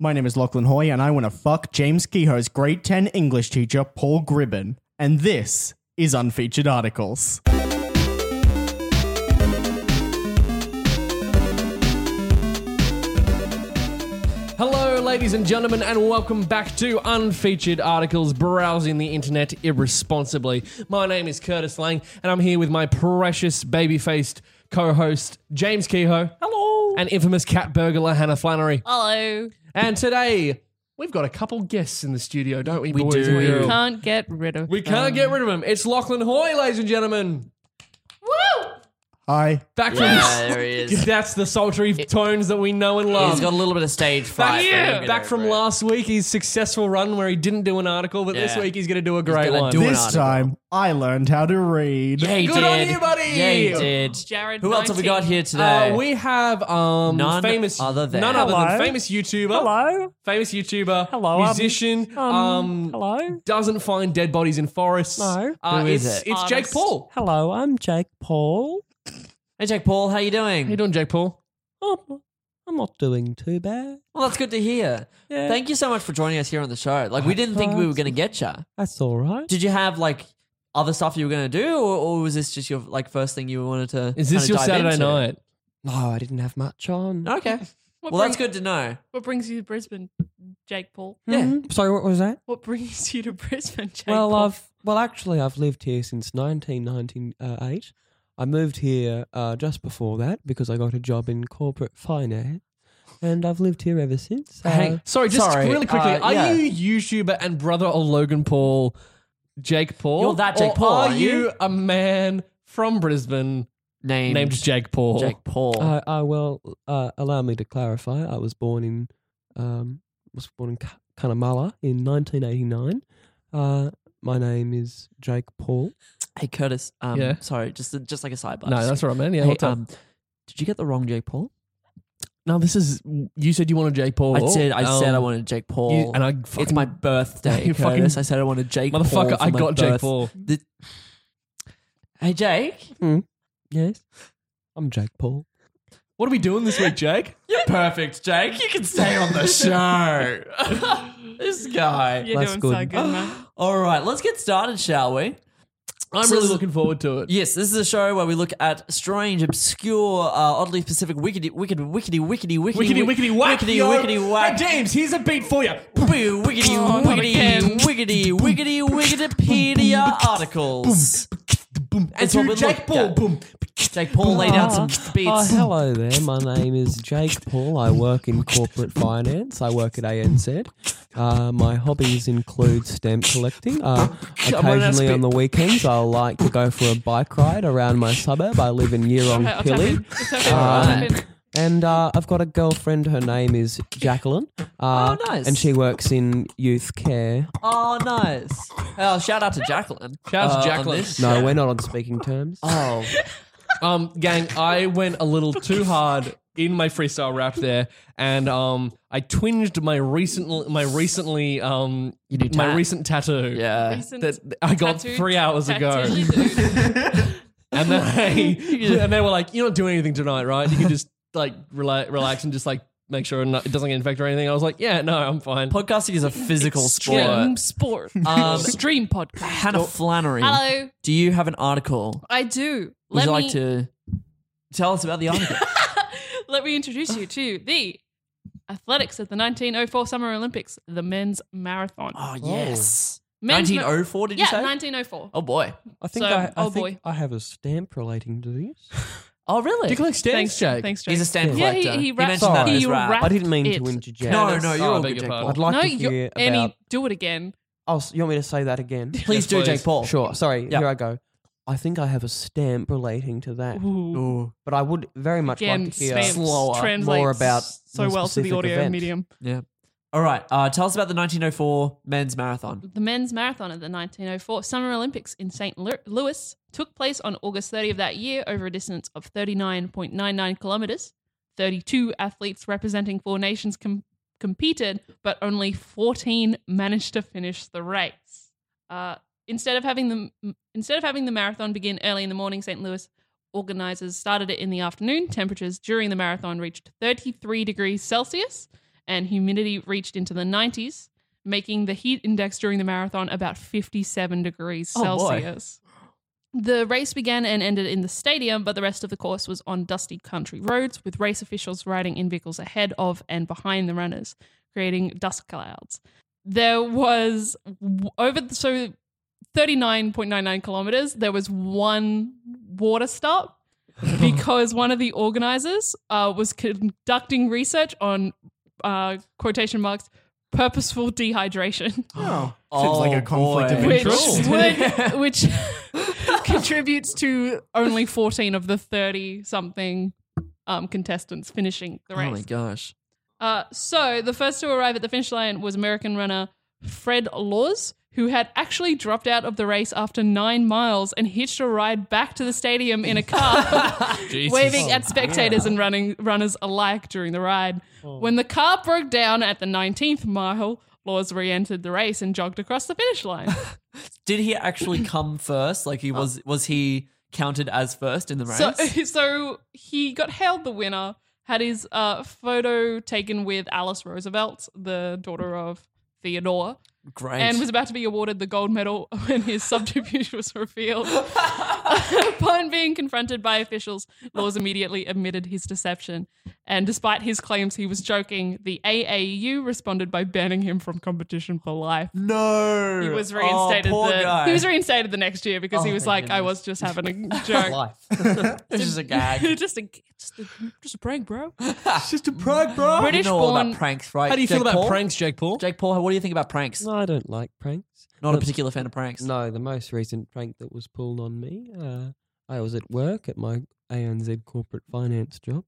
My name is Lachlan Hoy, and I want to fuck James Kehoe's grade 10 English teacher, Paul Gribben. And this is Unfeatured Articles. Hello, ladies and gentlemen, and welcome back to Unfeatured Articles Browsing the Internet Irresponsibly. My name is Curtis Lang, and I'm here with my precious baby faced co host, James Kehoe. Hello. And infamous cat burglar, Hannah Flannery. Hello. And today, we've got a couple guests in the studio, don't we, We boys? do. We Ew. can't get rid of We can't get rid of him. It's Lachlan Hoy, ladies and gentlemen. Hi. Back from Yeah, there he is. That's the sultry tones that we know and love. He's got a little bit of stage fright. Back, but he'll get back over from it. last week, his successful run where he didn't do an article, but this Yeah. week he's going to do a great gonna one. do Doing this article. time, I learned how to read. Yeah, he Good did. on you, buddy. Yeah, he did. Jared Who else have we 19. got here Uh, today? we have um None famous other than- none other than Hello. famous YouTuber, Hello. famous YouTuber, Hello, um, musician, um, hello. doesn't find dead bodies in forests. No. Uh, Who is it's, it? It's Jake Artist. Paul. Hello, I'm Jake Paul. hey, Jake Paul, how you doing? How you doing, Jake Paul? I'm, I'm not doing too bad. Well, that's good to hear. Yeah. Thank you so much for joining us here on the show. Like, we didn't think we were going to get you. That's all right. Did you have like other stuff you were going to do, or, or was this just your like first thing you wanted to? Is this kinda your dive Saturday into? night? No, I didn't have much on. Okay. What, Well, that's brings- good to know. What brings you to Brisbane, Jake Paul? Yeah. Mhm. Sorry, what was that? What brings you to Brisbane, Jake well, Paul? I've well actually I've lived here since 1998. I moved here uh, just before that because I got a job in corporate finance, and I've lived here ever since. Uh, Hey, Sorry, just Sorry, really quickly, uh, are yeah. you YouTuber and brother of Logan Paul, Jake Paul? You're that Jake Or Paul, Are aren't you? you? a man from Brisbane named, named Jake Paul? Jake Paul. I, I well, uh, allow me to clarify. I was born in, um, was born in Ka- Cunnamulla in 1989. Uh, my name is Jake Paul. hey, Curtis. Um, Yeah. Sorry, just just like a sidebar. No, Just- that's what I meant. Yeah, Hey, what's up? um, did you get the wrong Jake Paul? No, this is. You said you wanted Jake Paul. I said I said I Um, wanted Jake Paul, you- and I. Fucking, it's my birthday. You fucking- Curtis. I said I wanted Jake. Paul motherfucker. for I my got Jake birth- Paul. The- hey Jake, Yes, I'm Jake Paul. What are we doing this week, Jake? you're perfect. Jake, you can stay on the show. this guy. You're that's doing so good. good, man. All right, let's get started, shall we? I'm So really this- looking forward to it. Yes, this is a show where we look at strange, obscure, uh, oddly specific, wickedy, wicked, wickedy, wickedy, wickedy, Wickety, wick- wickety, whack, wickedy, yo. wickedy, whack. Hey, James, here's a beat for you. Boo, wiggity, Oh, not wiggity, again. wiggity, wiggity, wiggitypedia articles. Boom. And That's what to we're Jake Paul. looking at. Boom. Jake Paul laid out some Oh, beats. hello there. My name is Jake Paul. I work in corporate finance. I work at ANZ. Uh, my hobbies include stamp collecting. Uh, occasionally on the weekends, I'll like to go for a bike ride around my suburb. I live in Yeerong Okay, I'll tap Pilly. in. I'll Uh, tap in. I'll tap in. And uh, I've got a girlfriend. Her name is Jacqueline. Uh, Oh, nice. And she works in youth care. Oh, nice. Oh, shout out to Jacqueline. Shout out to on Jacqueline. this. No, we're not on speaking terms. Oh, Um, gang, I went a little too hard in my freestyle rap there, and um, I twinged my recent, my recently, um, You do my tat. recent tattoo. yeah. Recent That I got tattoo- three hours ago. tattoo dude. And they and they were like, "You're not doing anything tonight, right? You can just like rela- relax and just like make sure not- it doesn't get infected or anything." I was like, "Yeah, no, I'm fine." Podcasting is a physical Dream sport. sport. Um, Stream podcast. Hannah Flannery, Hello. do you have an article? I do. Would Let you me like to tell us about the article? let me introduce you to the athletics at the 1904 Summer Olympics, the men's marathon. oh, yes. Men's ma- 1904, did yeah, you say? 1904. oh, boy. I think, So, I, I, oh boy. think I have a stamp relating to this. Oh, really? Do you collect stamps, Thanks, Jake? Thanks, Jake. He's a stamp Yeah, collector. he, he wrapped. mentioned that Sorry. in his he rap. wrapped I didn't mean to it. interject. No, Curtis. no, Oh, you're I beg all good, your Jake pardon. Paul. I'd like no, to you- hear any. about. Do it again. Oh, s- you want me to say that again? Please Yes, do, please. Jake Paul. Sure. Sorry. Yeah. Here I go. I think I have a stamp relating to that. Ooh. But I would very much Again, like to hear stamps slower, translates more about so well the to the specific audio event. medium. Yeah. All right. Uh, tell us about the 1904 men's marathon. The men's marathon at the 1904 Summer Olympics in St. Lu- Louis took place on August 30 of that year over a distance of 39.99 kilometers. 32 athletes representing four nations com- competed, but only 14 managed to finish the race. Uh, instead of having the m- instead of having the marathon begin early in the morning, St. Louis organizers started it in the afternoon. Temperatures during the marathon reached 33 degrees Celsius, and humidity reached into the 90s, making the heat index during the marathon about 57 degrees Oh, boy. Celsius. The race began and ended in the stadium, but the rest of the course was on dusty country roads, with race officials riding in vehicles ahead of and behind the runners, creating dust clouds. There was w- over the, so 39.99 kilometers, there was one water stop because one of the organizers uh, was conducting research on uh, quotation marks purposeful dehydration, Oh, Oh, Seems like a conflict boy. of which interest. would, which contributes to only 14 of the 30 something um, contestants finishing the race. Oh my gosh. Uh, so the first to arrive at the finish line was American runner Fred Laws, who had actually dropped out of the race after nine miles and hitched a ride back to the stadium in a car, waving Oh, at spectators and running runners alike during the ride. When the car broke down at the 19th mile, Laws re-entered the race and jogged across the finish line. Did he actually come first? Like he was? Was he counted as first in the race? So, so he got hailed the winner. Had his uh, photo taken with Alice Roosevelt, the daughter of Theodore, Great. and was about to be awarded the gold medal when his subterfuge was revealed. Upon being confronted by officials, Laws immediately admitted his deception. And despite his claims he was joking, the AAU responded by banning him from competition for life. no. He was reinstated. Oh, poor the, guy. He was reinstated the next year because Oh, he was my like, "I goodness. was just having a joke." Life. That's It's just a gag. just a just a just a prank, bro. just a pride, bro. You British know all born. about pranks, right? How do you Jake feel about Paul? pranks, Jake Paul? Jake Paul, what do you think about pranks? No, I don't like pranks. Not a But- particular fan of pranks. No, the most recent prank that was pulled on me, uh, I was at work at my ANZ corporate finance job,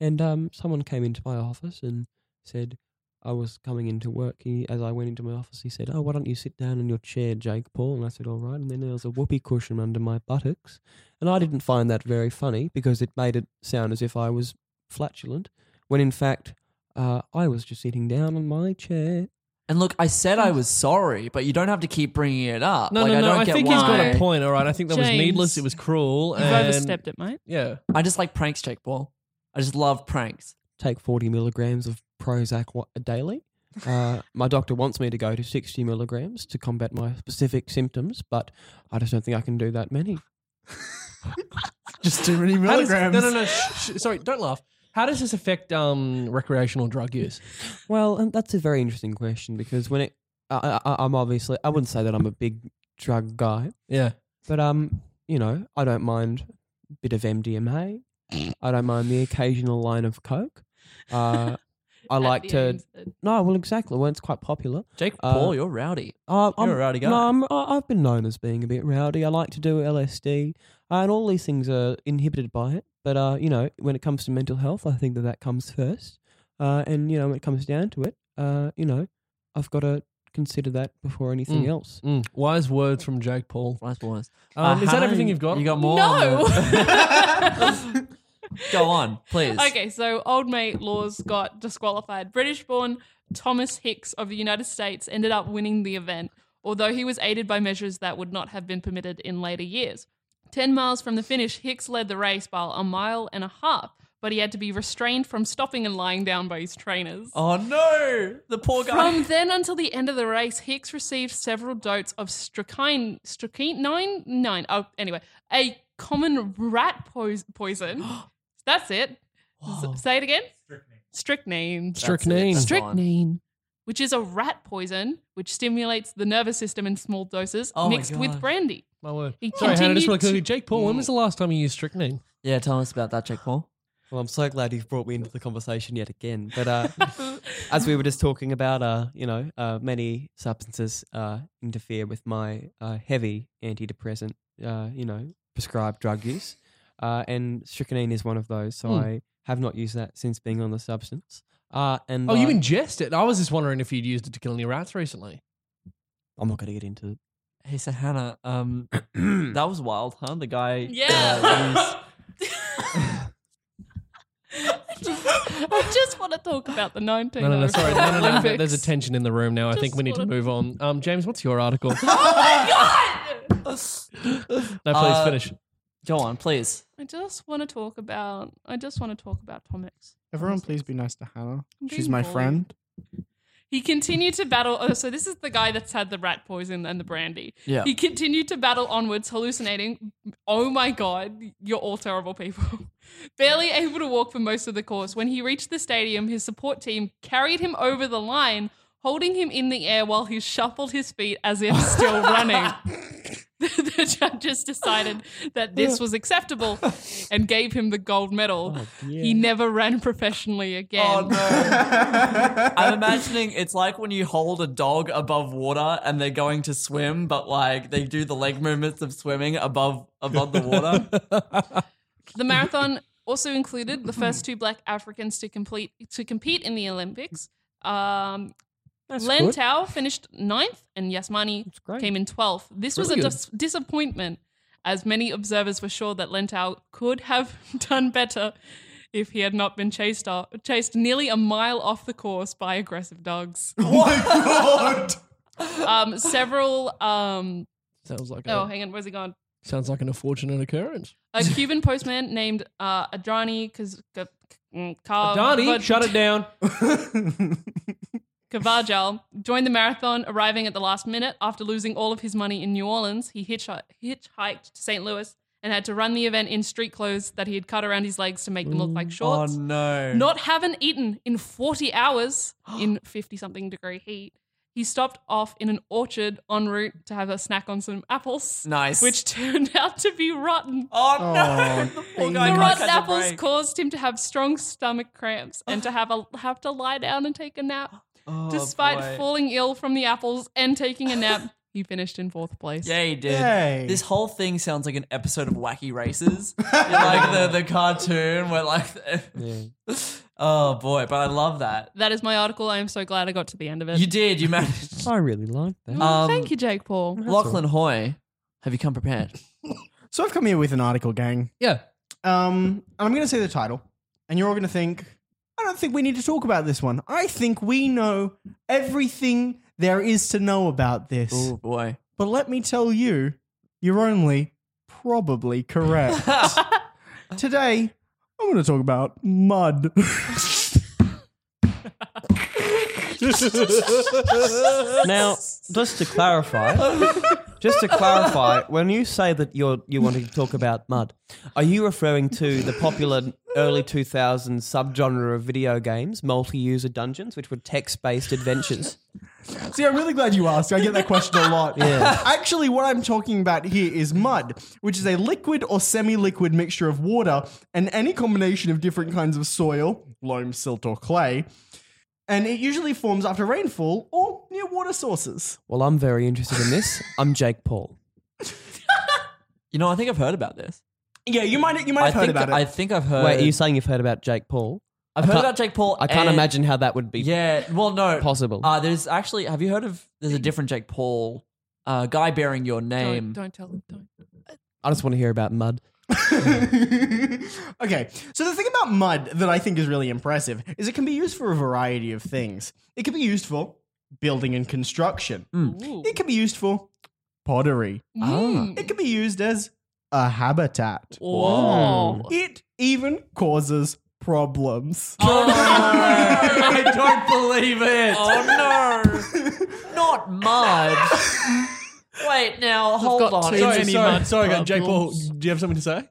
and um, someone came into my office and said, I was coming into work. He, as I went into my office, he said, Oh, why don't you sit down in your chair, Jake Paul? And I said, All right. And then there was a whoopee cushion under my buttocks. And I didn't find that very funny because it made it sound as if I was flatulent, when in fact, uh, I was just sitting down on my chair. And look, I said I was sorry, but you don't have to keep bringing it up. No, like, no, I no. don't I get think why. he's got a why. point. All right. I think that was James, needless. It was cruel. You've and- overstepped it, mate. Yeah. I just like pranks, Jake Paul. I just love pranks. take 40 milligrams of Prozac wa- daily. Uh, my doctor wants me to go to 60 milligrams to combat my specific symptoms, but I just don't think I can do that many. Just too many How does- milligrams. no, no, no. Shh, shh, sorry, don't laugh. How does this affect um, recreational drug use? Well, and that's a very interesting question because when it, I, I, I'm obviously, I wouldn't say that I'm a big drug guy, Yeah. but um, you know, I don't mind a bit of MDMA. I don't mind the occasional line of coke. Uh, I At like the to. end. No, well, exactly. Well, it's quite popular. Jake Uh, Paul, you're rowdy. Uh, You're I'm, a rowdy guy. No, I'm, I- I've been known as being a bit rowdy. I like to do LSD, uh, and all these things are inhibited by it. But uh, you know, when it comes to mental health, I think that that comes first. Uh, and you know, when it comes down to it, uh, you know, I've got to consider that before anything Mm. else. Mm, wise words from Jake Paul. Nice boys. Um, is that Uh-huh. everything you've got? You got more? No. on the- Go on, please. Okay, so old mate Laws got disqualified. British born Thomas Hicks of the United States ended up winning the event, although he was aided by measures that would not have been permitted in later years. 10 miles from the finish, Hicks led the race by a mile and a half, but he had to be restrained from stopping and lying down by his trainers. Oh no, the poor guy. From then until the end of the race, Hicks received several dotes of strychnine, strychnine nine nine. Oh, anyway, a common rat pois- poison. That's it. S- say it again. Strychnine. That's it, Strychnine. that's the one. Strychnine, which is a rat poison which stimulates the nervous system in small doses, Oh my mixed with God. brandy. My word. He Sorry, Hannah, just continued really quickly. to- Jake Paul, when was the last time you used strychnine? Yeah, tell us about that, Jake Paul. Well, I'm so glad you've brought me into the conversation yet again. But uh, as we were just talking about, uh, you know, uh, many substances uh, interfere with my uh, heavy antidepressant, uh, you know, prescribed drug use, uh, and strychnine is one of those. So Mm. I have not used that since being on the substance. Uh, and Oh, you I- ingest it. I was just wondering if you'd used it to kill any rats recently. I'm not going to get into it. Hey, so Hannah, um, that was wild, huh? The guy. uh, Yeah. used- I just want to talk about the 19. No, no, no, sorry. No, no, no, no. Olympics. There's a tension in the room now. I think Just we need to wanna- move on. Um, James, what's your article? No, please Uh, finish. Go on, please. I just want to talk about. I just want to talk about Tom X. Everyone, please be nice to Hannah. I'm She's being my bullied. friend. He continued to battle. Oh, so this is the guy that's had the rat poison and the brandy. Yeah. He continued to battle onwards, hallucinating. Oh my God, you're all terrible people. Barely able to walk for most of the course. When he reached the stadium, his support team carried him over the line, holding him in the air while he shuffled his feet as if still running. the judges decided that this was acceptable and gave him the gold medal. He never ran professionally again. Oh no. I'm imagining it's like when you hold a dog above water and they're going to swim, but like they do the leg movements of swimming above above the water. The marathon also included the first two black Africans to complete to compete in the Olympics. Um, Len good. Tao finished ninth, and Yasmani great. came in twelfth. This was a dis- disappointment, as many observers were sure that Len Tao could have done better if he had not been chased off, chased nearly a mile off the course by aggressive dogs. Um, several. Um, Sounds like oh, a, hang on, where's he gone? sounds like an unfortunate occurrence. A Cuban postman named uh, Adrani Kaz- mm, Ka- Ka- Ka- Donnie, Ka- shut it down. Cavajal joined the marathon, arriving at the last minute after losing all of his money in New Orleans. He hitchhi- hitchhiked to St. Louis and had to run the event in street clothes that he had cut around his legs to make them look like oh shorts. no. Not having eaten in 40 hours in 50 something degree heat, he stopped off in an orchard en route to have a snack on some apples, nice. which turned out to be rotten. Oh no. Oh, the poor guy The can't rotten catch a apples break. caused him to have strong stomach cramps and to have a have to lie down and take a nap. Oh, Despite boy. falling ill from the apples and taking a nap, he finished in fourth place. Yeah, he did. Yay. This whole thing sounds like an episode of Wacky Races, like the the cartoon where like, Yeah. oh boy, but I love that. That is my article. I am so glad I got to the end of it. You did, you managed. I really like that. Oh, Um, Thank you, Jake Paul. Lachlan Hoy, have you come prepared? So I've come here with an article, gang. Yeah. Um, and I'm going to say the title, and you're all going to think, I don't think we need to talk about this one. I think we know everything there is to know about this. Oh boy. But let me tell you, you're only probably correct. Today, I'm going to talk about mud. Now, just to clarify, just to clarify, when you say that you're you want to talk about mud, are you referring to the popular early 2000s subgenre of video games, multi-user dungeons, which were text-based adventures? See, I'm really glad you asked. I get that question a lot. Yeah. Actually, what I'm talking about here is mud, which is a liquid or semi liquid mixture of water and any combination of different kinds of soil, loam, silt, or clay. And it usually forms after rainfall or near water sources. Well, I'm very interested in this. I'm Jake Paul. You know, I think I've heard about this. Yeah, you might you might I have think heard about I it. think I've heard. Wait, are you saying you've heard about Jake Paul? I've heard can't- about Jake Paul. I can't and- imagine how that would be. Yeah. Well, no. Possible. Uh, there's actually. Have you heard of? There's a different Jake Paul. Uh, guy bearing your name. Don't, don't tell him. Don't. I just want to hear about mud. okay, so the thing about mud that I think is really impressive is it can be used for a variety of things. It can be used for building and construction. Ooh. It can be used for pottery. Mm. It can be used as a habitat. Whoa. It even causes problems. Oh, I don't believe it. Oh no. Not mud. Wait now, hold got on. Oh, too It's- many it's- mud Jake Paul. Do you have something to say? Do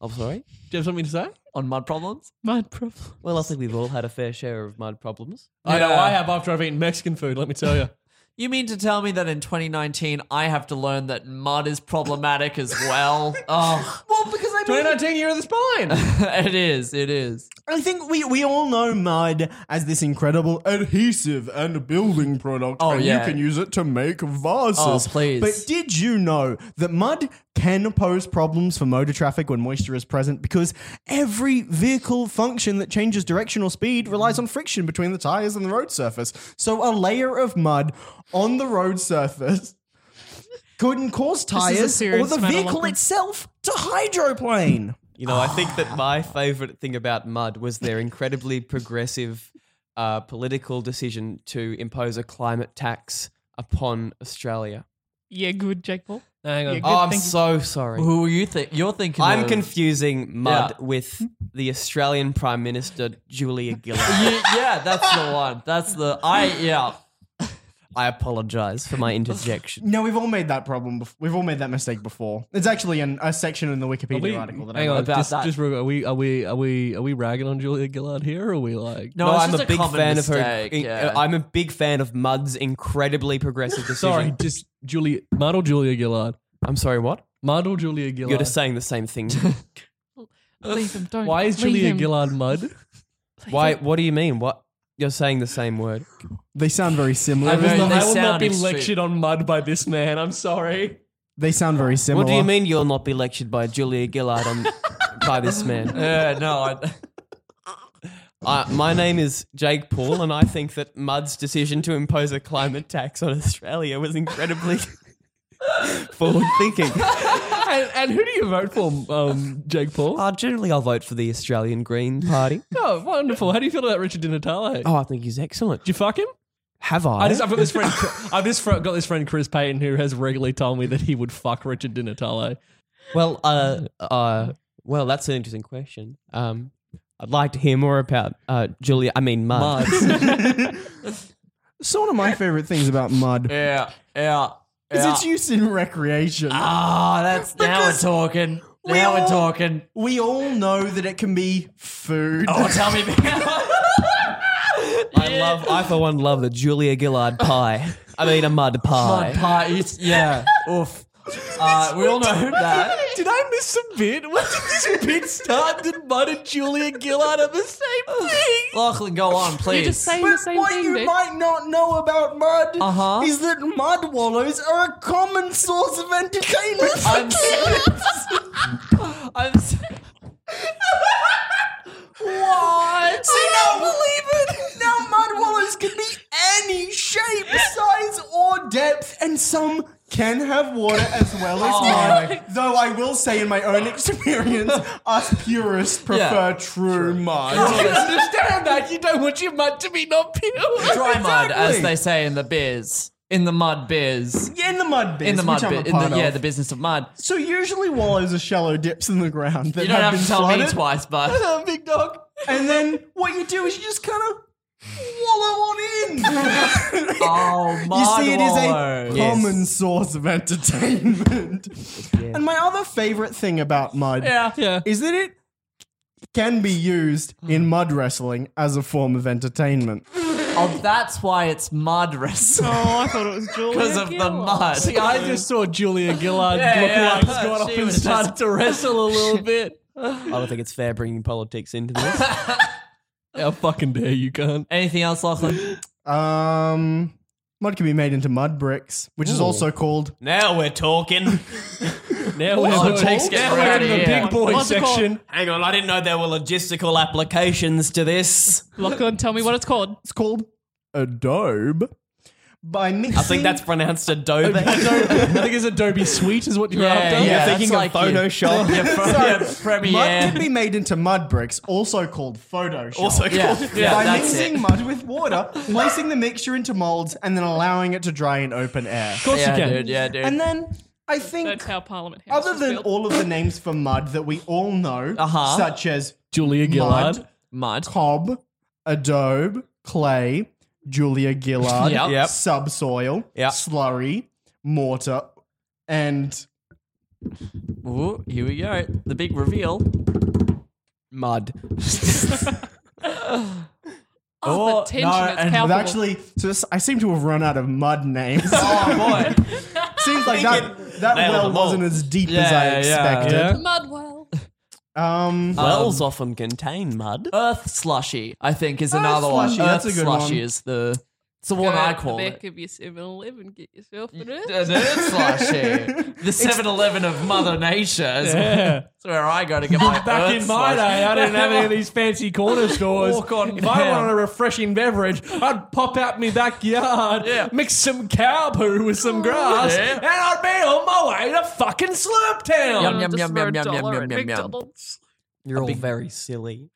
I'm Oh, sorry. you have something to say? on mud problems? My problem. Well, I think we've all had a fair share of mud problems. I know Yeah. I have after I've eaten Mexican food. Let me tell you. You mean to tell me that in 2019 I have to learn that mud is problematic as well? Oh, Well, because I 2019 year of the spine. it is. It is. I think we, we all know mud as this incredible adhesive and building product. Oh, and yeah. You can use it to make vases. Oh, please. But did you know that mud can pose problems for motor traffic when moisture is present because every vehicle function that changes direction or speed relies on friction between the tires and the road surface. So a layer of mud on the road surface couldn't cause tires or serious the matter, vehicle Lachlan. itself to hydroplane. You know, I think Ah. that my favorite thing about Mud was their incredibly progressive uh, political decision to impose a climate tax upon Australia. Yeah, good, Jake Paul. No, Hang on. Yeah, good Oh, I'm thinking. so sorry. Who are you think? You're thinking. I'm of- confusing Mud Yeah. with the Australian Prime Minister Julia You- Gillard. yeah, that's the one. That's the I. Yeah. I apologize for my interjection. No, we've all made that problem. Bef- we've all made that mistake before. It's actually an, a section in the Wikipedia We- article that I hang read. on, about just, that. just real quick, are we are we are we are we ragging on Julia Gillard here? Or are we like No, No, it's I'm just a big common fan mistake, of her. yeah. I'm a big fan of Mud's incredibly progressive decision. sorry, just Julia Mud or Julia Gillard? I'm sorry. What? Mud or Julia Gillard? You're just saying the same thing. Leave him. Don't. Why is leave Julia him. Gillard mud? Why? What do you mean? What? You're saying the same word. They sound very similar. I mean, they I will not sound be extreme. lectured on mud by this man. I'm sorry. they sound very similar. What do you mean you'll not be lectured by Julia Gillard on, by this man? Yeah. No. I, Uh, my name is Jake Paul, and I think that Mudd's decision to impose a climate tax on Australia was incredibly forward thinking. And, and who do you vote for, um, Jake Paul? Uh, generally, I'll vote for the Australian Green Party. oh, wonderful. How do you feel about Richard Di Natale? Oh, I think he's excellent. Did you fuck him? Have I? I just, I've got this friend. I've just fr- got this friend Chris Payton who has regularly told me that he would fuck Richard Di Natale. well, uh, uh, well, that's an interesting question. Um, I'd like to hear more about uh, Julia. I mean, Mudd. So one of my favorite things about mud yeah. Yeah. is yeah. its use in recreation. Ah, that's now we're Because talking. we Now we're all- talking. we all know that it can be food. Oh, tell me. I love. I for one love the Julia Gillard pie. I mean, a mud pie. Mud pie. It's, yeah. Oof. Uh, we all know that. Did I miss a bit? What did this bit start? Did Mud and Julia Gillard are the same thing? Lachlan, go on, please. You're just saying the But same what thing, you dude. might not know about mud Uh-huh. is that mud wallows are a common source of entertainment. I'm I'm s- what? See, now believe it. Now mud wallows can be any shape, size, or depth, and some can have water as well as Oh. mud. Though I will say, in my own experience, us purists prefer true, mud. You understand that? You don't want your mud to be not pure. dry mud, as Exactly. they say in the biz, in the mud biz, Yeah, in the mud biz, in the mud which I'm a biz, in part the, yeah, of. the business of mud. So usually wallows are shallow dips in the ground that You don't have, have been to tell flooded. me twice, but big dog. And then what you do is you just kind of wallow on in. oh, you mud see, it is a wallows. common source of entertainment. And my other favorite thing about mud Yeah, yeah. is that it can be used in mud wrestling as a form of entertainment. Oh, that's why it's mud wrestling. Oh, I thought it was Julia. Because of the Gillard. mud. See, I just saw Julia Gillard Yeah, look yeah. like has got up She and was just- started to wrestle a little bit. I don't think it's fair bringing politics into this. How fucking dare you, cunt? Anything else, Lachlan? Um, mud can be made into mud bricks, which is also called now we're talking. Now we're, Oh, doing- Jake's getting now we're in rowdy, the yeah. big boy What's it called? section. Hang on, I didn't know there were logistical applications to this. Lachlan, tell me what it's called. it's called adobe by mixing. I think that's pronounced Adobe. I think it's Adobe Suite is what you're after. You're yeah, thinking of that's like you. Photoshop. Yeah, Pro- yeah, Mud can Premiere. be made into mud bricks, also called Photoshop. also Yeah, called. yeah, by that's mixing it. mud with water, placing the mixture into molds, and then allowing it to dry in open air. Of course you Yeah, can. dude. Yeah, dude. And then I That's think, how Parliament House other was than built. all of the names for mud that we all know, Uh-huh. such as Julia Gillard. mud, mud. cob, adobe, clay, Julia Gillard, Yep. Yep. subsoil, Yep. slurry, mortar, and Ooh, here we go. The big reveal. Mud. Oh, the tension no, is and palpable. actually, so this, I seem to have run out of mud names. Oh boy. Seems like that that Nailed well them all. wasn't as deep as I Yeah, Uh, yeah, expected. yeah. Mudwell. Um, Wells often contain mud. Earth slushy, I think, is Earth another one. slushy, that's Earth a good one. slushy is the it's the Go one out I the call back it. of your 7-Eleven and get yourself an An Earth. Earth slushy, the 7-Eleven of Mother Nature. Is That's where I go to get my Back Earth in my slush. day, I didn't have any of these fancy corner stores. Walk on if I down. wanted a refreshing beverage, I'd pop out my backyard, Yeah. mix some cow poo with some grass, Yeah. and I'd be on my way to fucking Slurp Town. Yum, Oh, yum, just yum, for a yum, yum, dollar yum, at yum, yum. McDonald's. You're all very silly.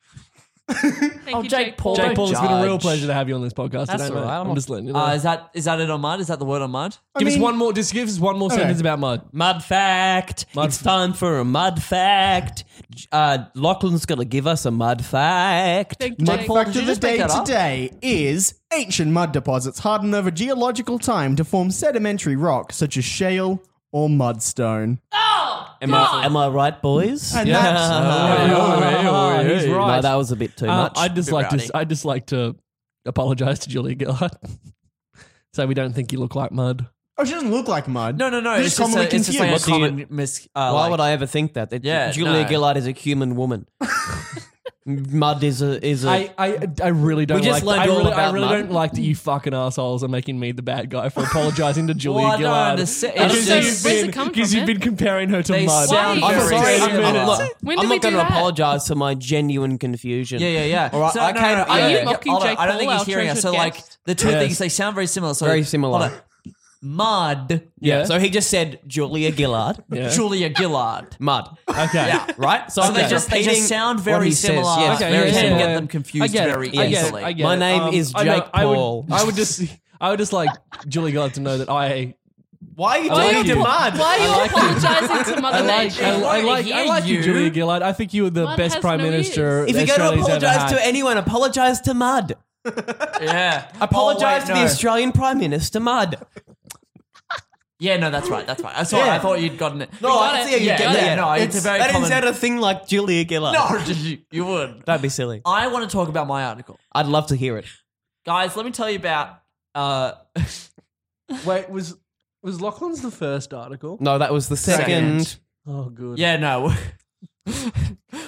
Thank Oh, you, Jake Jake, Paul. Paul. Jake Paul, it's been a real Judge. pleasure to have you on this podcast That's today, all mate. right, I'm, I'm- just letting you know. Uh, is that is that it on mud? Is that the word on mud? give us mean- one more. Just give us one more sentence about Uh, mud. Mud fact. Mud it's f- time for a mud fact. J- Uh, Lachlan's going to give us a mud fact. Thank you, Mud Jake. fact of did you the just make day that up? today is ancient mud deposits hardened over geological time to form sedimentary rock such as shale or mudstone. Am I, am I right, boys? And that's- Oh, he's right. No, that was a bit too Uh, much. I'd just like to. I'd just like to apologize to Julia Gillard. Say we don't think you look like mud. Oh, she doesn't look like mud. No, no, no. They're It's just, a, it's just like a confused. common mis. Uh, Why like- would I ever think that? It- Yeah, Julia no. Gillard is a human woman. mud is a is a. I, I, I really don't. We just like, learned I all really, I about really mud. don't like that you fucking assholes are making me the bad guy for apologizing to Julia I don't Gillard. understand. Because It's just- you've Where's it been- coming because from, you've man? been comparing her to They mud. sound I'm very sorry. I'm, similar. I'm, look, When did I'm we not going do to that? apologize for my genuine confusion. Yeah, yeah, yeah. All right, So, I no, can't. no, no, I Are you yeah. mocking Hold on, Jake I don't think Paul, he's our hearing us. So, treasured like, guest? the two Yes. things, they sound very similar. So, Very similar. hold on. Mud, Yeah. So he just said Julia Gillard. Yeah. Julia Gillard. Mud. okay. Right? So they just they just sound very similar. Yes, Okay, yeah, yeah, You very can similar. get them confused I get it. very I get it. easily. I get My it. Um, name is I know. Jake I would- Paul. I would just. I would just like Julia Gillard to know that I Why Oh, are you I like talking to you. mud? Why are you I like you. apologizing to Mother I like, Nature? I, I Why like, hear I like you, you? Julia Gillard. I think you were the Mud best has prime no minister. ears. If you're going to Australia's ever apologise had. to anyone, apologise to mud. yeah. Apologise Oh, wait, to Oh, no. the Australian Prime Minister, mud. Yeah, no, that's right. That's right. I saw. Yeah. I thought you'd gotten Oh, it. No, I see how you yeah, get yeah, that. No, it's, a very that didn't common. sound a thing like Julia Gillard. no, you, you would. Don't be silly. I want to talk about my article, I'd love to hear it. guys. Let me tell you about. Uh, Wait, was was Lachlan's the first article? No, that was the second. Second. Oh, good. yeah, no.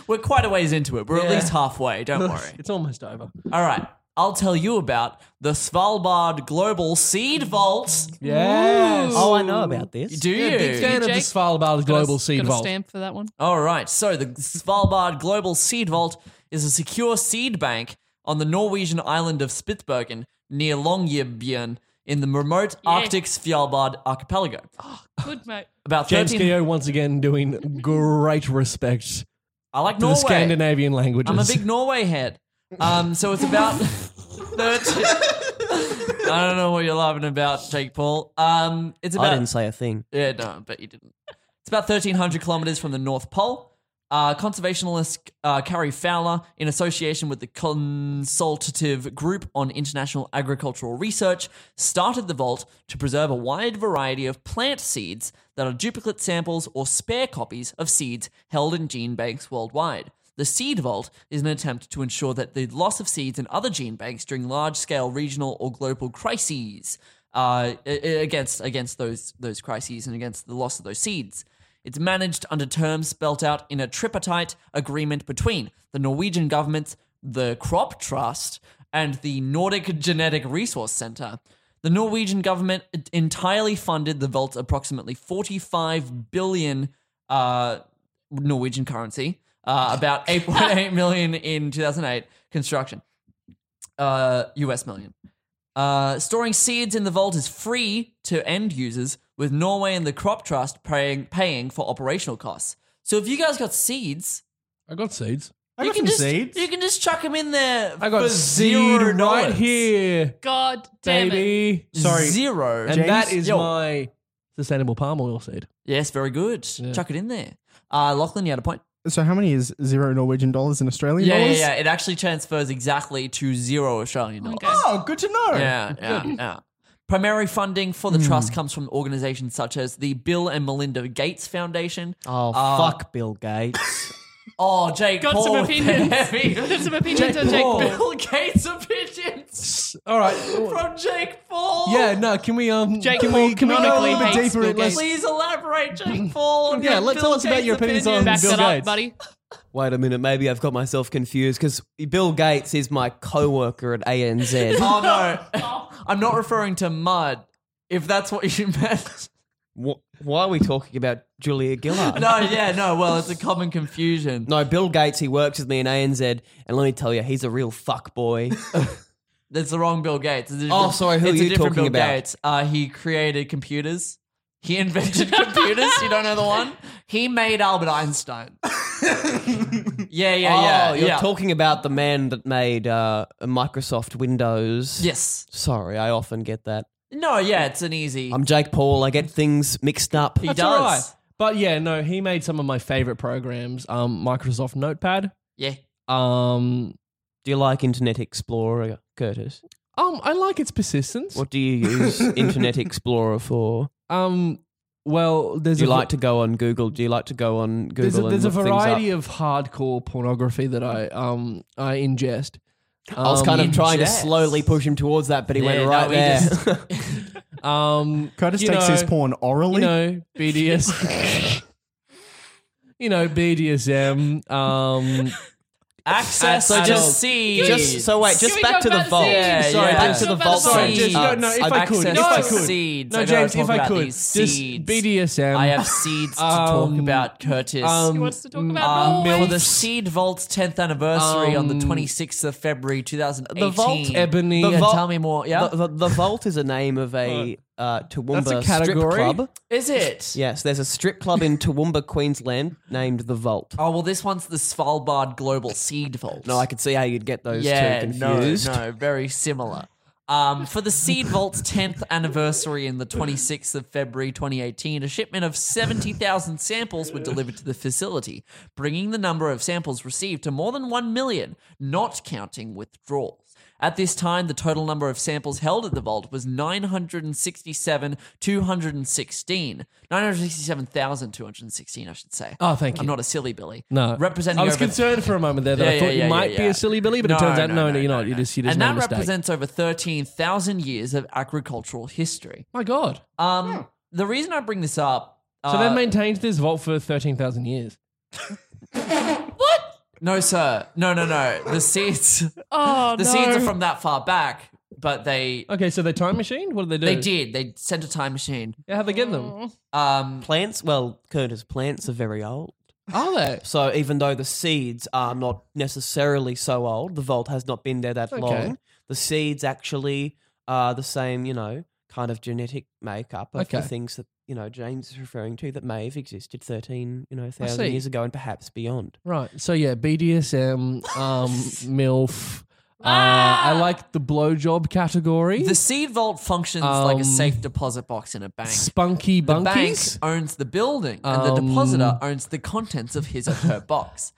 We're quite a ways into it. We're at Yeah. least halfway. Don't worry. It's almost over. All right. I'll tell you about the Svalbard Global Seed Vaults. Yes. Oh, I know about this. Do you? Big fan of the Jake? Svalbard Global Seed got Vault. stamp for that one. All right. So the Svalbard Global Seed Vault is a secure seed bank on the Norwegian island of Spitsbergen near Longyearbyen in the remote Arctic Svalbard archipelago. Good mate. About James 13 Keogh once again doing great respect I like to Norway. the Scandinavian languages. I'm a big Norway head. Um, so it's about 13 I don't know what you're laughing about, Jake Paul. Um, it's about I didn't say a thing. Yeah, no, I bet you didn't. It's about 1,300 kilometers from the North Pole. Uh, conservationist uh, Carrie Fowler, in association with the Consultative Group on International Agricultural Research, started the vault to preserve a wide variety of plant seeds that are duplicate samples or spare copies of seeds held in gene banks worldwide. The seed vault is an attempt to ensure that the loss of seeds and other gene banks during large-scale regional or global crises uh, i- i- against against those those crises and against the loss of those seeds. It's managed under terms spelt out in a tripartite agreement between the Norwegian government, the Crop Trust, and the Nordic Genetic Resource Center. The Norwegian government entirely funded the vault's approximately 45 billion uh, Norwegian currency, uh, about 8.8 million in 2008 construction, uh, US million. Uh, storing seeds in the vault is free to end users, with Norway and the Crop Trust paying paying for operational costs. So if you guys got seeds, I got seeds. I you got can some just seeds. you can just chuck them in there. I got for seed zero right dollars. here, God damn it. baby. Sorry. zero. And James? that is Yo. my sustainable palm oil seed. yes, very good. Chuck it in there. Uh, Lachlan, you had a point. So how many is zero Norwegian dollars in Australian Yeah, yeah, dollars? yeah. It actually transfers exactly to zero Australian dollars. Okay. Oh, good to know. Yeah, yeah, yeah. Primary funding for the Hmm. trust comes from organizations such as the Bill and Melinda Gates Foundation. Oh, Uh, fuck Bill Gates. Oh, Jake Got some Paul. with the opinions. heavy- Got some opinions on Jake Paul. Paul. Bill Gates opinions All right. from Jake Paul. Yeah, no, can we um Jake can Paul we can we go a canonically little bit hates deeper Bill in let's Gates. Please elaborate, Jake Paul. on Yeah, your let- Bill tell us about Gates your opinions on Back Bill that up, Gates. buddy. wait a minute, maybe I've got myself confused because Bill Gates is my coworker at ANZ. Oh no, I'm not referring to mud. If that's what you meant. Wh- Why are we talking about Julia Gillard? No, yeah, no. Well, it's a common confusion. No, Bill Gates, he works with me in ANZ, and let me tell you, he's a real fuck boy. That's the wrong Bill Gates. It's a Oh, different- sorry, who it's are a you different talking Bill about? Gates. Uh, he created computers. He invented computers. You don't know the one. He made Albert Einstein. yeah, yeah, yeah. oh, you're yeah. talking about the man that made uh, Microsoft Windows. Yes. Sorry, I often get that. No. Yeah. It's an easy. I'm Jake Paul. I get things mixed up. he That's does. all right. But yeah, no, he made some of my favorite programs. Um, Microsoft Notepad. Yeah. Um, Do you like Internet Explorer, Curtis? um, I like its persistence. What do you use Internet Explorer for? Um, well, there's Do you a, like to go on Google? Do you like to go on Google? there's a, and there's a look things up? variety of hardcore pornography that I um I ingest. I was Um, kind of trying to ingest. slowly push him towards that, but he Yeah, went no, right he there. just- um Curtis you takes know, his porn You orally. know BDS. you know BDSM. Um, Access. So So just- just see. just so wait, Can just we back talk to the about the vault. scene? Yeah, Sorry, yeah. back to Let's the talk about vault. the Sorry, scene. just- no, no, if I could, access if I to could. Seeds. no, I gotta James, talk if I about could, these just seeds. BDSM. I have seeds to talk Um, about, Curtis. um, He wants to talk about Um, Norway. for the Seed Vault's 10th anniversary on the Um, 26th of February 2018. The vault ebony. The Yeah, vault- tell me more. Yeah, The, the, the vault is a name of a uh, Toowoomba That's a strip category? club. is it? Yes, there's a strip club in Toowoomba, Queensland, named the Vault. Oh well, this one's the Svalbard Global Seed Vault. No, I could see how you'd get those yeah, two confused. no, no, very similar. Um, for the Seed Vault's 10th anniversary in the 26th of February 2018, a shipment of 70,000 samples were delivered to the facility, bringing the number of samples received to more than 1 million, not counting withdrawals. At this time, the total number of samples held at the vault was 967,216. 967,216, I should say. Oh, thank you. I'm not a silly Billy. No, Representing I was over concerned for a moment there that Yeah, I thought yeah, yeah, you might yeah, be yeah. a silly Billy, but No, it turns out no, no, no, no, you're no, not. You no. just you just and that made a mistake. represents over 13,000 years of agricultural history. My God! Um, The reason I bring this up. So uh, they've maintained this vault for thirteen thousand years. No, sir. No, no, no. The seeds, the Oh, no. seeds are from that far back, but they Okay, so they time machined. What did they do? they did. They sent a time machine. Yeah, how'd they get Oh. them? Um, Plants, well, Curtis, plants are very old. Are they? So even though the seeds are not necessarily so old, the vault has not been there that Okay. long. The seeds actually are the same, you know, kind of genetic makeup of the Okay. things that you know James is referring to that may have existed thirteen, you know, see. thousand years ago and perhaps beyond. Right. So yeah, BDSM, um, MILF. Uh, Ah! I like the blowjob category. the seed vault functions like a Um, safe deposit box in a bank. spunky The bank bunkies. owns the building, and the Um, depositor owns the contents of his or her box.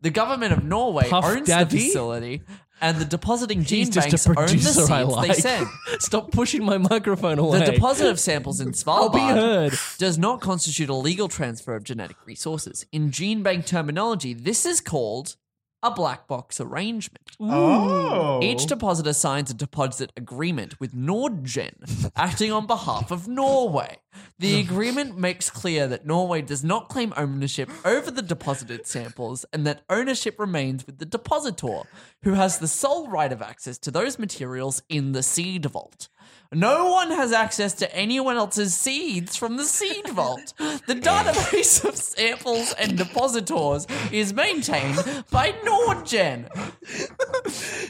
The government of Norway Puff owns the Daddy? facility, and the depositing gene He's just banks a own the seeds producer I like. they send. Stop pushing my microphone away. The deposit of samples in I'll be heard. Svalbard does not constitute a legal transfer of genetic resources. In gene bank terminology, this is called a black box arrangement. oh. Each depositor signs a deposit agreement with Nordgen, acting on behalf of Norway. The agreement makes clear that Norway does not claim ownership over the deposited samples and that ownership remains with the depositor, who has the sole right of access to those materials in the seed vault. No one has access to anyone else's seeds from the seed vault. The database of samples and depositors is maintained by Nordgen.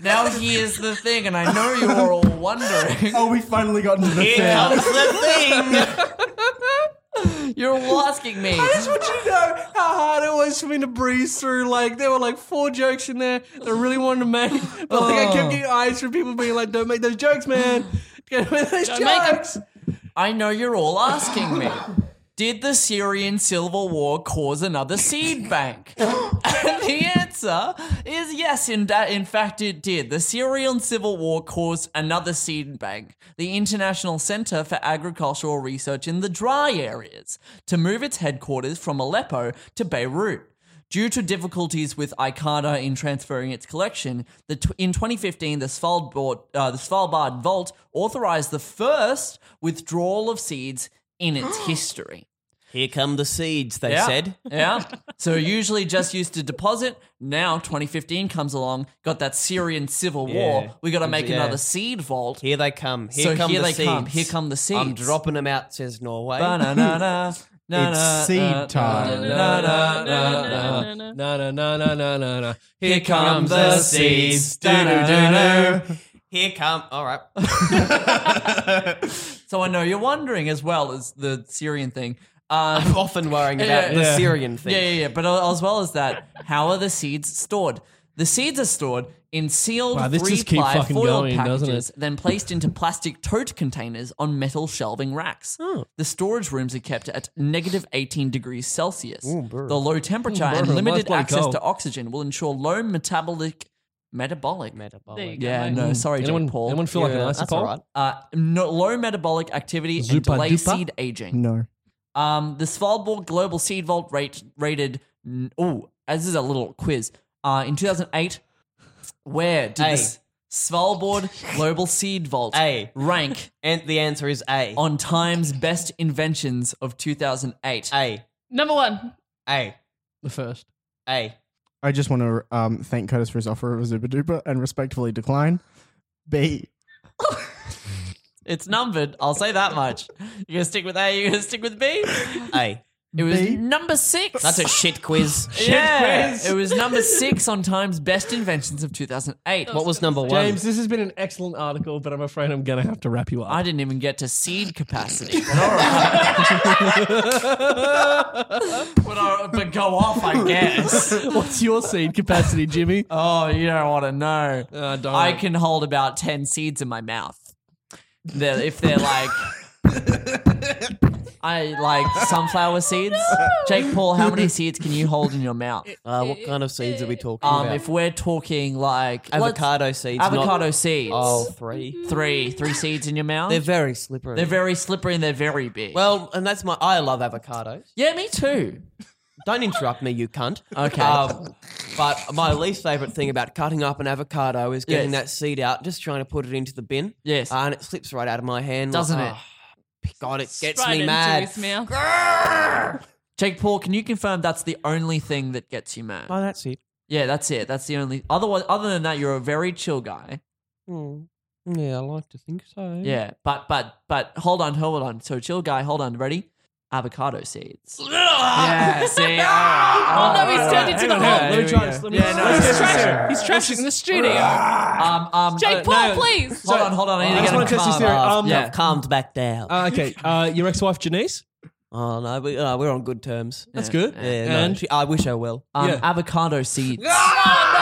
Now here's the thing, and I know you're all wondering. Oh, we finally got into the Now thing. it's the thing. You're all asking me. you know how hard it was for me to breeze through? Like there were like four jokes in there that I really wanted to make, but like I kept getting eyes from people being like, "Don't make those jokes, man! Don't make those make 'em." jokes." I know you're all asking me. Did the Syrian civil war cause another seed bank? and the answer is yes. In, da- in fact, it did. The Syrian civil war caused another seed bank, the International Center for Agricultural Research in the Dry Areas, to move its headquarters from Aleppo to Beirut. Due to difficulties with ICADA in transferring its collection, the tw- in 2015, the Svalbard, uh, the Svalbard Vault authorized the first withdrawal of seeds in its history. Here come the seeds, they yeah. said. Yeah. So usually just used to deposit. Now 2015 comes along, got that Syrian civil war. Yeah. We got to make Yeah. another seed vault. Here they come. Here So come here the they seeds. come. Here come the seeds. I'm dropping them out, says Norway. Ba-na-na-na. Na-na, It's na-na, seed time. na-na-na-na-na. No, no, no, no, no, no, no. Here come the seeds. Do-do-do-do. Here come. All right. So I know you're wondering as well as the Syrian thing. Um, I'm often worrying about Yeah, the yeah. Syrian thing. Yeah, yeah, yeah. But a- as well as that, how are the seeds stored? The seeds are stored in sealed Wow, this just keep three-ply fucking foil going, doesn't packages, then placed into plastic tote containers on metal shelving racks. Oh. The storage rooms are kept at negative 18 degrees Celsius. the low temperature and burr. limited Mostly access cold. to oxygen will ensure low metabolic metabolic. There you go, yeah, mate. no, sorry, Jake Anyone, Paul. anyone feel like an Yeah, that's isopole? all right. uh, no, low metabolic activity and Zupa delay dupa? seed aging. No. Um, the Svalbard Global Seed Vault rate rated. Oh, this is a little quiz. Uh, in 2008, where did A. this Svalbard Global Seed Vault A. rank And the answer is A. on Time's best inventions of 2008? A. Number one. A. The first. A. I just want to um, thank Curtis for his offer of a Zuba Duper and respectfully decline. B. It's numbered. I'll say that much. You're gonna stick with A. You're gonna stick with B. A. It was B? number six. That's a shit quiz. yeah. It was number six on Time's best inventions of 2008. What was number one? James, this has been an excellent article, but I'm afraid I'm going to have to wrap you up. I didn't even get to seed capacity. but, I- but go off, I guess. What's your seed capacity, Jimmy? Oh, you don't want to know. Uh, don't. I can hold about 10 seeds in my mouth. They're, if they're like. I like sunflower seeds. Jake Paul, how many seeds can you hold in your mouth? Uh, what kind of seeds are we talking Um, about? if we're talking like let's- avocado seeds. not- avocado seeds, Mm-hmm. Oh, three. three, three seeds in your mouth. They're very slippery. They're very slippery and they're very big. well, and that's my. I love avocados. yeah, me too. Don't interrupt me, you cunt. Okay. Um, but my least favorite thing about cutting up an avocado is getting Yes. that seed out, just trying to put it into the bin. Yes. Uh, and it slips right out of my hand. Doesn't Like, it? oh, God, it gets Right me into mad. his mouth. Jake Paul, can you confirm that's the only thing that gets you mad? Oh, that's it. Yeah, that's it. That's the only. Otherwise, other than that, you're a very chill guy. Hmm. Yeah, I like to think so. Mm. Yeah, but but but hold on, hold on. So chill guy, hold on. Ready? Avocado seeds. yeah. See. All right, all Oh, no, right, he's all turned right. into the Hulk. Let me try this. Let me Yeah, no, try this. it's just- He's trashing the studio. Um, um, Jake uh, Paul, no. please. Hold on, hold on. I need I to just get want him to test calm. you, Sarah. Um, yeah. I've "Oh, calmed back down. Uh, okay, uh, your ex-wife Janice. oh no, we, uh, we're on good terms. That's good. Yeah, no, and she- I wish I well. Um, Yeah. Avocado seeds.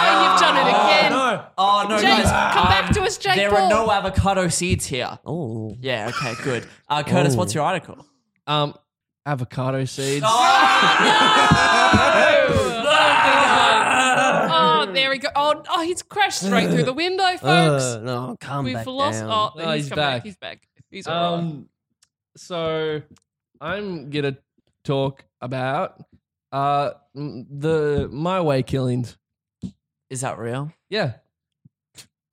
Oh, you've done it again. no, Oh Uh, no, Jake, guys. come um, back to us, Jake There Paul. are no avocado seeds here. Oh, Yeah. Okay. Good. Uh, Curtis, what's your article? um, avocado seeds. Oh, there we go. Oh, oh, he's crashed straight through the window, folks. uh, no, calm We've back lost. down. Oh, Oh, he's, he's come back. back. He's back. He's all right. Um, so I'm gonna talk about uh m- the my way killings. Is that real? Yeah,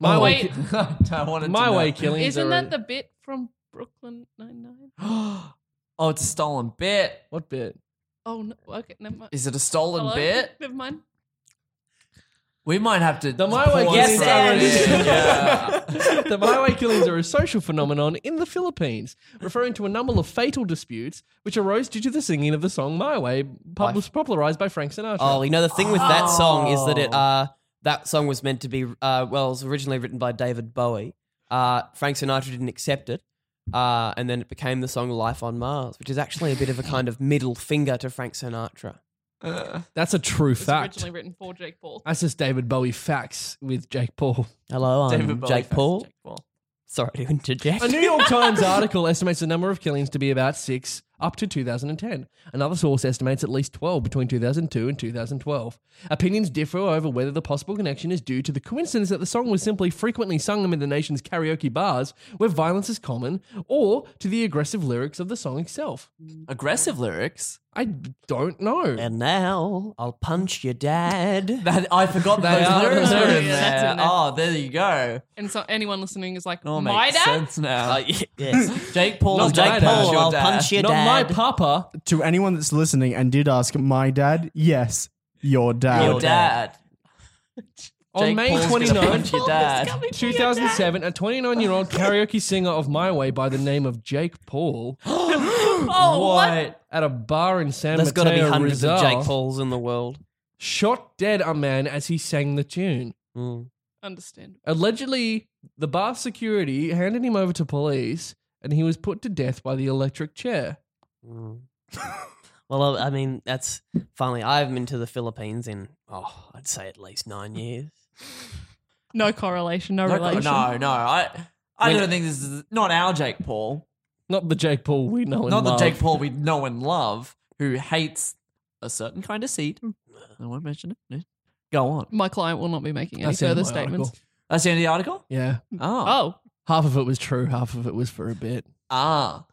my Oh, way. wait. ki- I wanted my way killings. Isn't are that a- the bit from Brooklyn Nine Nine? oh, it's a stolen bit. what bit? Oh no. Okay, never mind. Is it a stolen Hello? bit? Never mind. We might have to. The my way pause killings for a are minute. a- the my way killings are a social phenomenon in the Philippines, referring to a number of fatal disputes which arose due to the singing of the song "My Way," pub- popularized by Frank Sinatra. Oh, you know the thing with that song is that Oh. it uh that song was meant to be uh well it was originally written by David Bowie. Uh Frank Sinatra didn't accept it. Uh and then it became the song Life on Mars, which is actually a bit of a kind of middle finger to Frank Sinatra. That's a true It was fact. originally written for Jake Paul. That's just David Bowie facts with Jake Paul. Hello, I'm David Bowie Jake facts, Um, Paul. Jake Paul. Sorry to interject. A New York Times article estimates the number of killings to be about six up to 2010. Another source estimates at least 12 between 2002 and 2012. Opinions differ over whether the possible connection is due to the coincidence that the song was simply frequently sung amid the nation's karaoke bars where violence is common, or to the aggressive lyrics of the song itself. Aggressive lyrics. I don't know. And now I'll punch your dad. That I forgot They those are- lyrics they're were in in there. That's there. in there. Oh, there you go. And so anyone listening is like, It all my makes dad? sense now. yes. Jake Paul, Not and Jake Jake Paul, Paul, I'll dad. punch your Not dad. my papa. To anyone that's listening and did ask my dad, yes, your dad. Your dad. On Jake May Paul's gonna 29, punch your dad. 2007, a 29 year old karaoke singer of My Way by the name of Jake Paul Oh, what? at a bar in San There's got Mateo, to be hundreds Rizal, of Jake Pauls in the world. shot dead a man as he sang the tune. Mm. Understand. Allegedly, the bar security handed him over to police and he was put to death by the electric chair. mm. Well, I I mean, that's finally. I haven't been to the Philippines in oh, I'd say at least nine years. No correlation, no, No, relation. no, no. I, I don't think this is not our Jake Paul. Not the Jake Paul we know and Not love. the Jake Paul we know and love, who hates a certain kind of seed. I won't mention it. No. Go on. My client will not be making any That's the end further of my statements. article. That's the end of the article. Yeah. Oh, Oh, Half of it was true, half of it was for a bit. ah.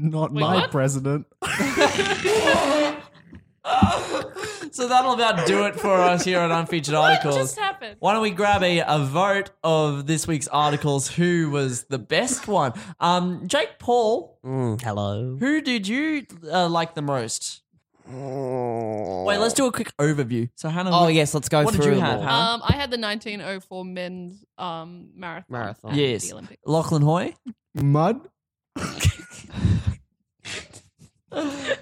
Not Wait, my what? president. Ah. so that'll about do it for us here on Unfeatured Articles. what just happened? Why don't we grab a, a vote of this week's articles? Who was the best one? Um, Jake Paul. Mm, hello. Who did you uh, like the most? Wait, let's do a quick overview. So Hannah, Oh what- yes, let's go What did through. you them have, all. Hannah? Um, I had the 1904 men's um, marathon. Marathon. at Yes. The Olympics. Lachlan Hoy. Mud?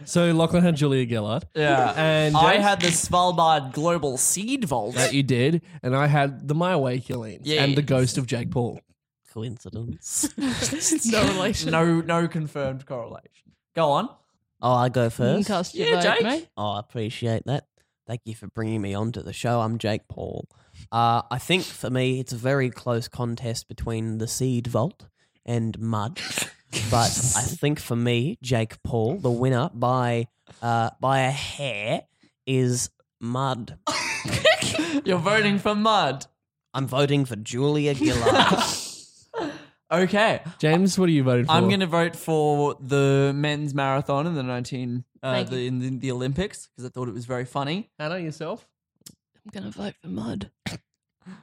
So Lachlan had Julia Gillard. Yeah, And I James- had the Svalbard Global Seed Vault. That you did, and I had the My Way killing Yeah. and the ghost of Jake Paul. Coincidence. No relation. no, no confirmed correlation. Go on. oh, I go You can first. cast your Yeah, vote, Jake. mate. Oh, I appreciate that. Thank you for bringing me onto the show. I'm Jake Paul. Uh, I think for me, it's a very close contest between the Seed Vault and Mud. but I think for me, Jake Paul, the winner by uh, by a hair, is Mud. You're voting for Mud. I'm voting for Julia Gillard. Okay, James, what are you voting for? I'm going to vote for the men's marathon in the 19 uh, Thank you. the, in the, the Olympics because I thought it was very funny. Hannah yourself. I'm going to vote for Mud. I-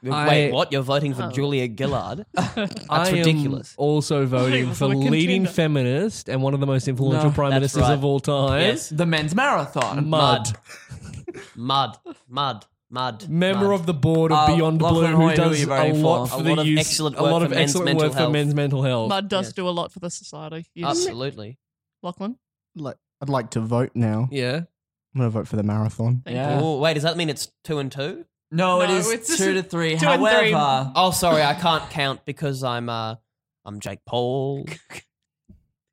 Wait, what? You're voting for Oh. Julia Gillard? That's I am ridiculous. also I voting was for on a leading contender. feminist and one of the most influential No, prime that's ministers right. of all time. Yes. The men's marathon. Mud. Mud. Mud. Mud. Member Mud. of the board of Uh, Beyond Blue, Lachlan Hoy, who who are does you a voting lot for? for A the lot of use, excellent a work lot for of men's excellent mental work for health. men's mental health. Mud does Yes. do a lot for the society. Yes. Absolutely. Lachlan. Like, I'd like to vote now. Yeah, I'm going to vote for the marathon. Thank Yeah. Oh, wait, does that mean it's two and two? No, it No, is it's just two to three. two and However, three. Oh, sorry, I can't count because I'm uh, I'm Jake Paul.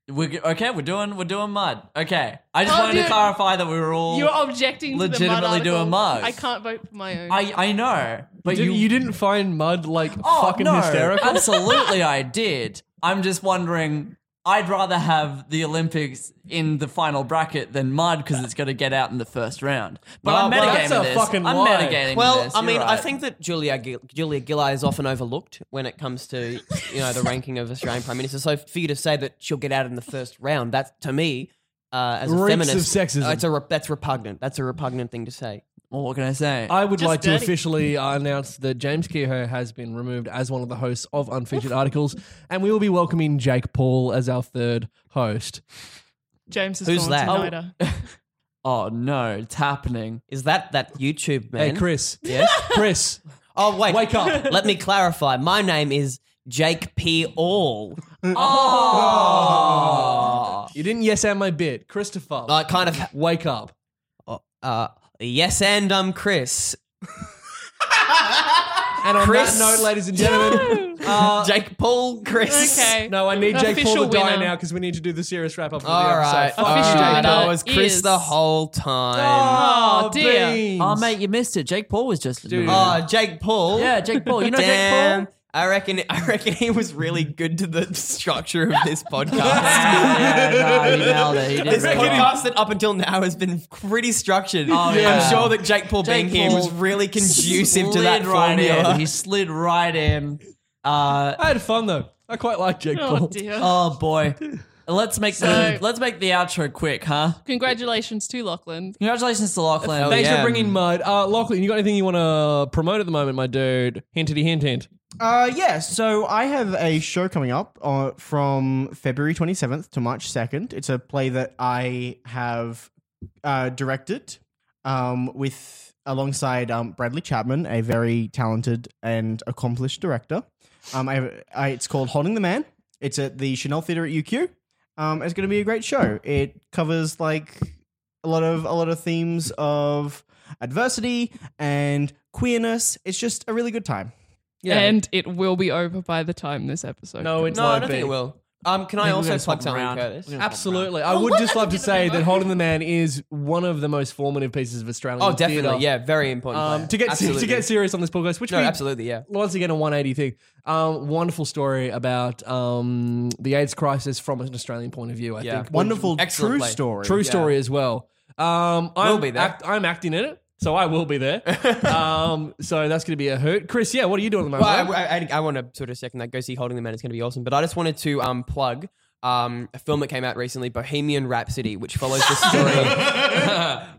we're g- okay. We're doing we're doing mud. Okay, I just Oh, wanted to dude. clarify that we were all. you. You're objecting to the Mud Legitimately do a article. Mud. I can't vote for my own. I I know, but but you, you you didn't find mud like Oh, fucking no, hysterical. Absolutely, I did. I'm just wondering. I'd rather have the Olympics in the final bracket than mud because it's going to get out in the first round. But Well, I'm well, mitigating that's a this. fucking I'm lie. mitigating Well, this. I You're mean, I right. think that Julia Gil- Julia Gillard is often overlooked when it comes to you know the ranking of Australian prime ministers. So for you to say that she'll get out in the first round, that's to me uh, as a Reeks feminist of sexism. uh, It's a re- that's repugnant. That's a repugnant thing to say. Well, what can I say? I would Just like to dirty. officially uh, announce that James Kehoe has been removed as one of the hosts of Unfeatured Articles, and we will be welcoming Jake Paul as our third host. James is Who's gone that? tonight. oh no, it's happening. Is that that YouTube man? Hey, Chris. Yes. Chris, Oh wait, Wake up. Let me clarify. My name is Jake P. All. Oh, you didn't yes and my bit. Christopher, Uh, kind of. wake up. Uh, yes, and I'm Chris. And on that Chris. note, ladies and gentlemen, uh, Jake Paul Chris. okay. no, I need Jake Paul to Official die winner. now because we need to do the serious wrap up. All right. Fuck all Official right. I winner was Chris is- the whole time. Oh, dear. beans. oh mate, you missed it. Jake Paul was just Dude. Oh, Jake Paul. yeah, Jake Paul. You know Damn. Jake Paul. I reckon. I reckon he was really good to the structure of this podcast. yeah, no, he nailed it. He did This really well. podcast that up until now has been pretty structured. Oh, yeah. I'm sure that Jake Paul Jake being here Paul was really conducive to that slid right formula. in. He slid right in. Uh, I had fun though. I quite like Jake Oh Paul. dear. oh boy. Let's make the let's make the outro quick, huh? Congratulations to Lachlan. Congratulations to Lachlan. Thanks yeah. for bringing mud. Uh, Lachlan, you got anything you want to promote at the moment, my dude? Hintity hint hint. Uh, yeah, so I have a show coming up uh, from February 27th to March 2nd. It's a play that I have uh, directed um, with alongside um, Bradley Chapman, a very talented and accomplished director. Um, I have, I, it's called Holding the Man. It's at the Chanel Theatre at UQ. Um, it's going to be a great show. It covers like a lot of a lot of themes of adversity and queerness. It's just a really good time. And it will be over by the time this episode. No, it's No, I don't think it will. Um, can I we're also gonna swap plug them something, around. Curtis? We're gonna- Absolutely. Oh, I would just love to say that Holding the Man is one of the most formative pieces of Australian Oh, definitely. theatre. Yeah, very important. Um, player. to get Absolutely. to get serious on this podcast, which no, we- absolutely, yeah. once again a 180 thing. Um, wonderful story about um, the AIDS crisis from an Australian point of view. I Yeah. think Wonderful Excellent true play. story. true story as well. Um, I'm, be there. act- I'm acting in it, so I will be there. um, so that's going to be a hoot. Chris, yeah, what are you doing at the moment? Well, I, I, I want to sort of second that. Go see Holding the Man. It's going to be awesome. But I just wanted to um, plug um, a film that came out recently, Bohemian Rhapsody, which follows the story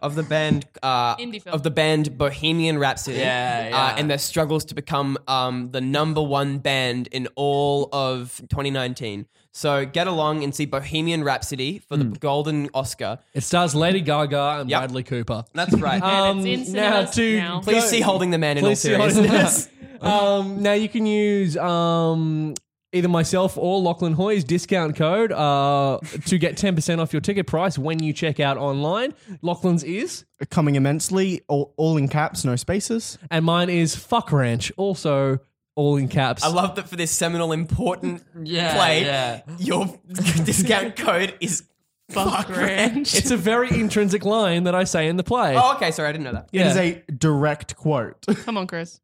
of the band uh, Indie film. of the band Bohemian Rhapsody, Yeah, yeah. Uh, and their struggles to become um, the number one band in all of 2019. So get along and see Bohemian Rhapsody for the Golden Oscar. it stars Lady Gaga and Yep. Bradley Cooper. That's right. And it's in now cinemas to now. Please go- see Holding the Man in all Please see how seriousness. it is. um, now you can use um, either myself or Lachlan Hoy's discount code uh, to get 10% off your ticket price when you check out online. Lachlan's is, coming immensely, all, all in caps, no spaces. and mine is Fuck Ranch, also all in caps. I love that for this seminal important Yeah, play, yeah. your discount code is fuck ranch. it's a very intrinsic line that I say in the play. Oh, okay. Sorry, I didn't know that. yeah. It is a direct quote. Come on, Chris.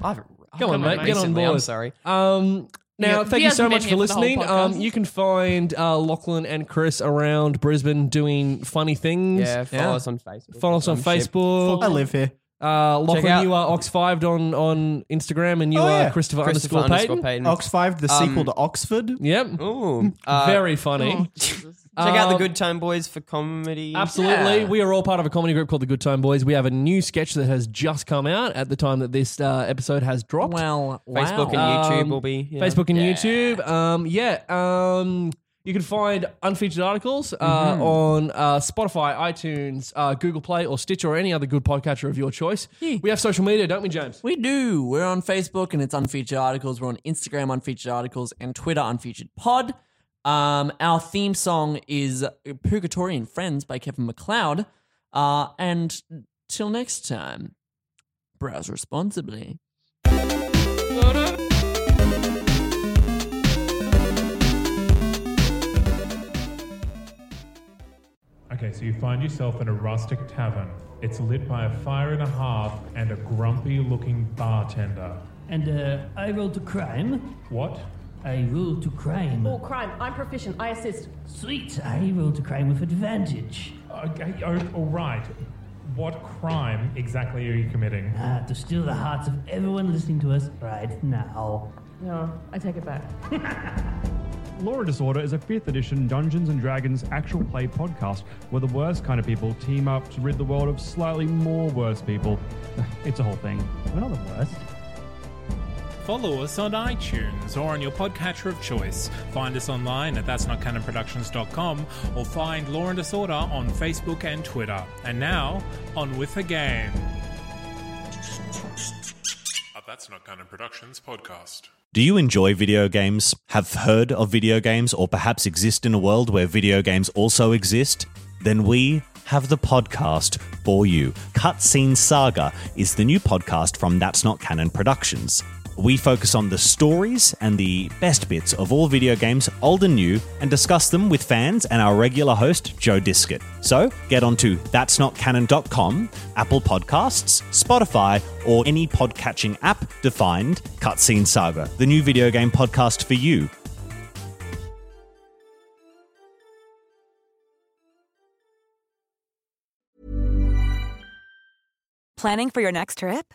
I haven't. Come on, mate. Get on Recently, board. I'm sorry. Um, now, Yeah, thank he you hasn't so been much here for for the whole listening. Um, podcast. you can find uh, Lachlan and Chris around Brisbane doing funny things. Yeah, follow Yeah. us on Facebook. Follow us on I Facebook. live here. Uh, Lachlan, out- you are Ox5 on, on Instagram, and you Oh, yeah. are Christopher, Christopher underscore underscore Payton. Mm. Payton. Ox Five, the Um, sequel to Oxford. Yep. Ooh, uh, Very funny. Oh, Jesus. check out the Um, Good Time Boys for comedy. Absolutely. We are all part of a comedy group called the Good Time Boys. We have a new sketch that has just come out at the time that this uh, episode has dropped. Well, uh, wow. Facebook and YouTube Um, will be yeah. Facebook and YouTube. Um, yeah. Um, you can find unfeatured articles uh, on uh, Spotify, iTunes, uh, Google Play, or Stitch, or any other good podcatcher of your choice. We have social media, don't we, James? We do. We're on Facebook and it's Unfeatured Articles. We're on Instagram, Unfeatured Articles, and Twitter, Unfeatured Pod. Um, our theme song is Purgatory and Friends by Kevin McLeod. Uh, and till next time, browse responsibly. Okay, so you find yourself in a rustic tavern. It's lit by a fire and a hearth and a grumpy looking bartender. And uh, I roll to crime. What? I roll to crime. Or crime. I'm proficient. I assist. Sweet. I roll to crime with advantage. Okay, o- all right. What crime exactly are you committing? Ah, to steal the hearts of everyone listening to us right now. No, I take it back. Law & Disorder is a 5th edition Dungeons & Dragons actual play podcast where the worst kind of people team up to rid the world of slightly more worse people. It's a whole thing. We're not the worst. Follow us on iTunes or on your podcatcher of choice. Find us online at that'snotcanonproductions.com or find Law and Disorder on Facebook and Twitter. And now, on with the game. That's Not Canon Productions podcast. Do you enjoy video games, have heard of video games, or perhaps exist in a world where video games also exist? Then we have the podcast for you. Cutscene Saga is the new podcast from That's Not Canon Productions. We focus on the stories and the best bits of all video games, old and new, and discuss them with fans and our regular host, Joe Diskett. So get onto that'snotcanon.com, Apple Podcasts, Spotify, or any podcatching app to find Cutscene Saga, the new video game podcast for you. Planning for your next trip?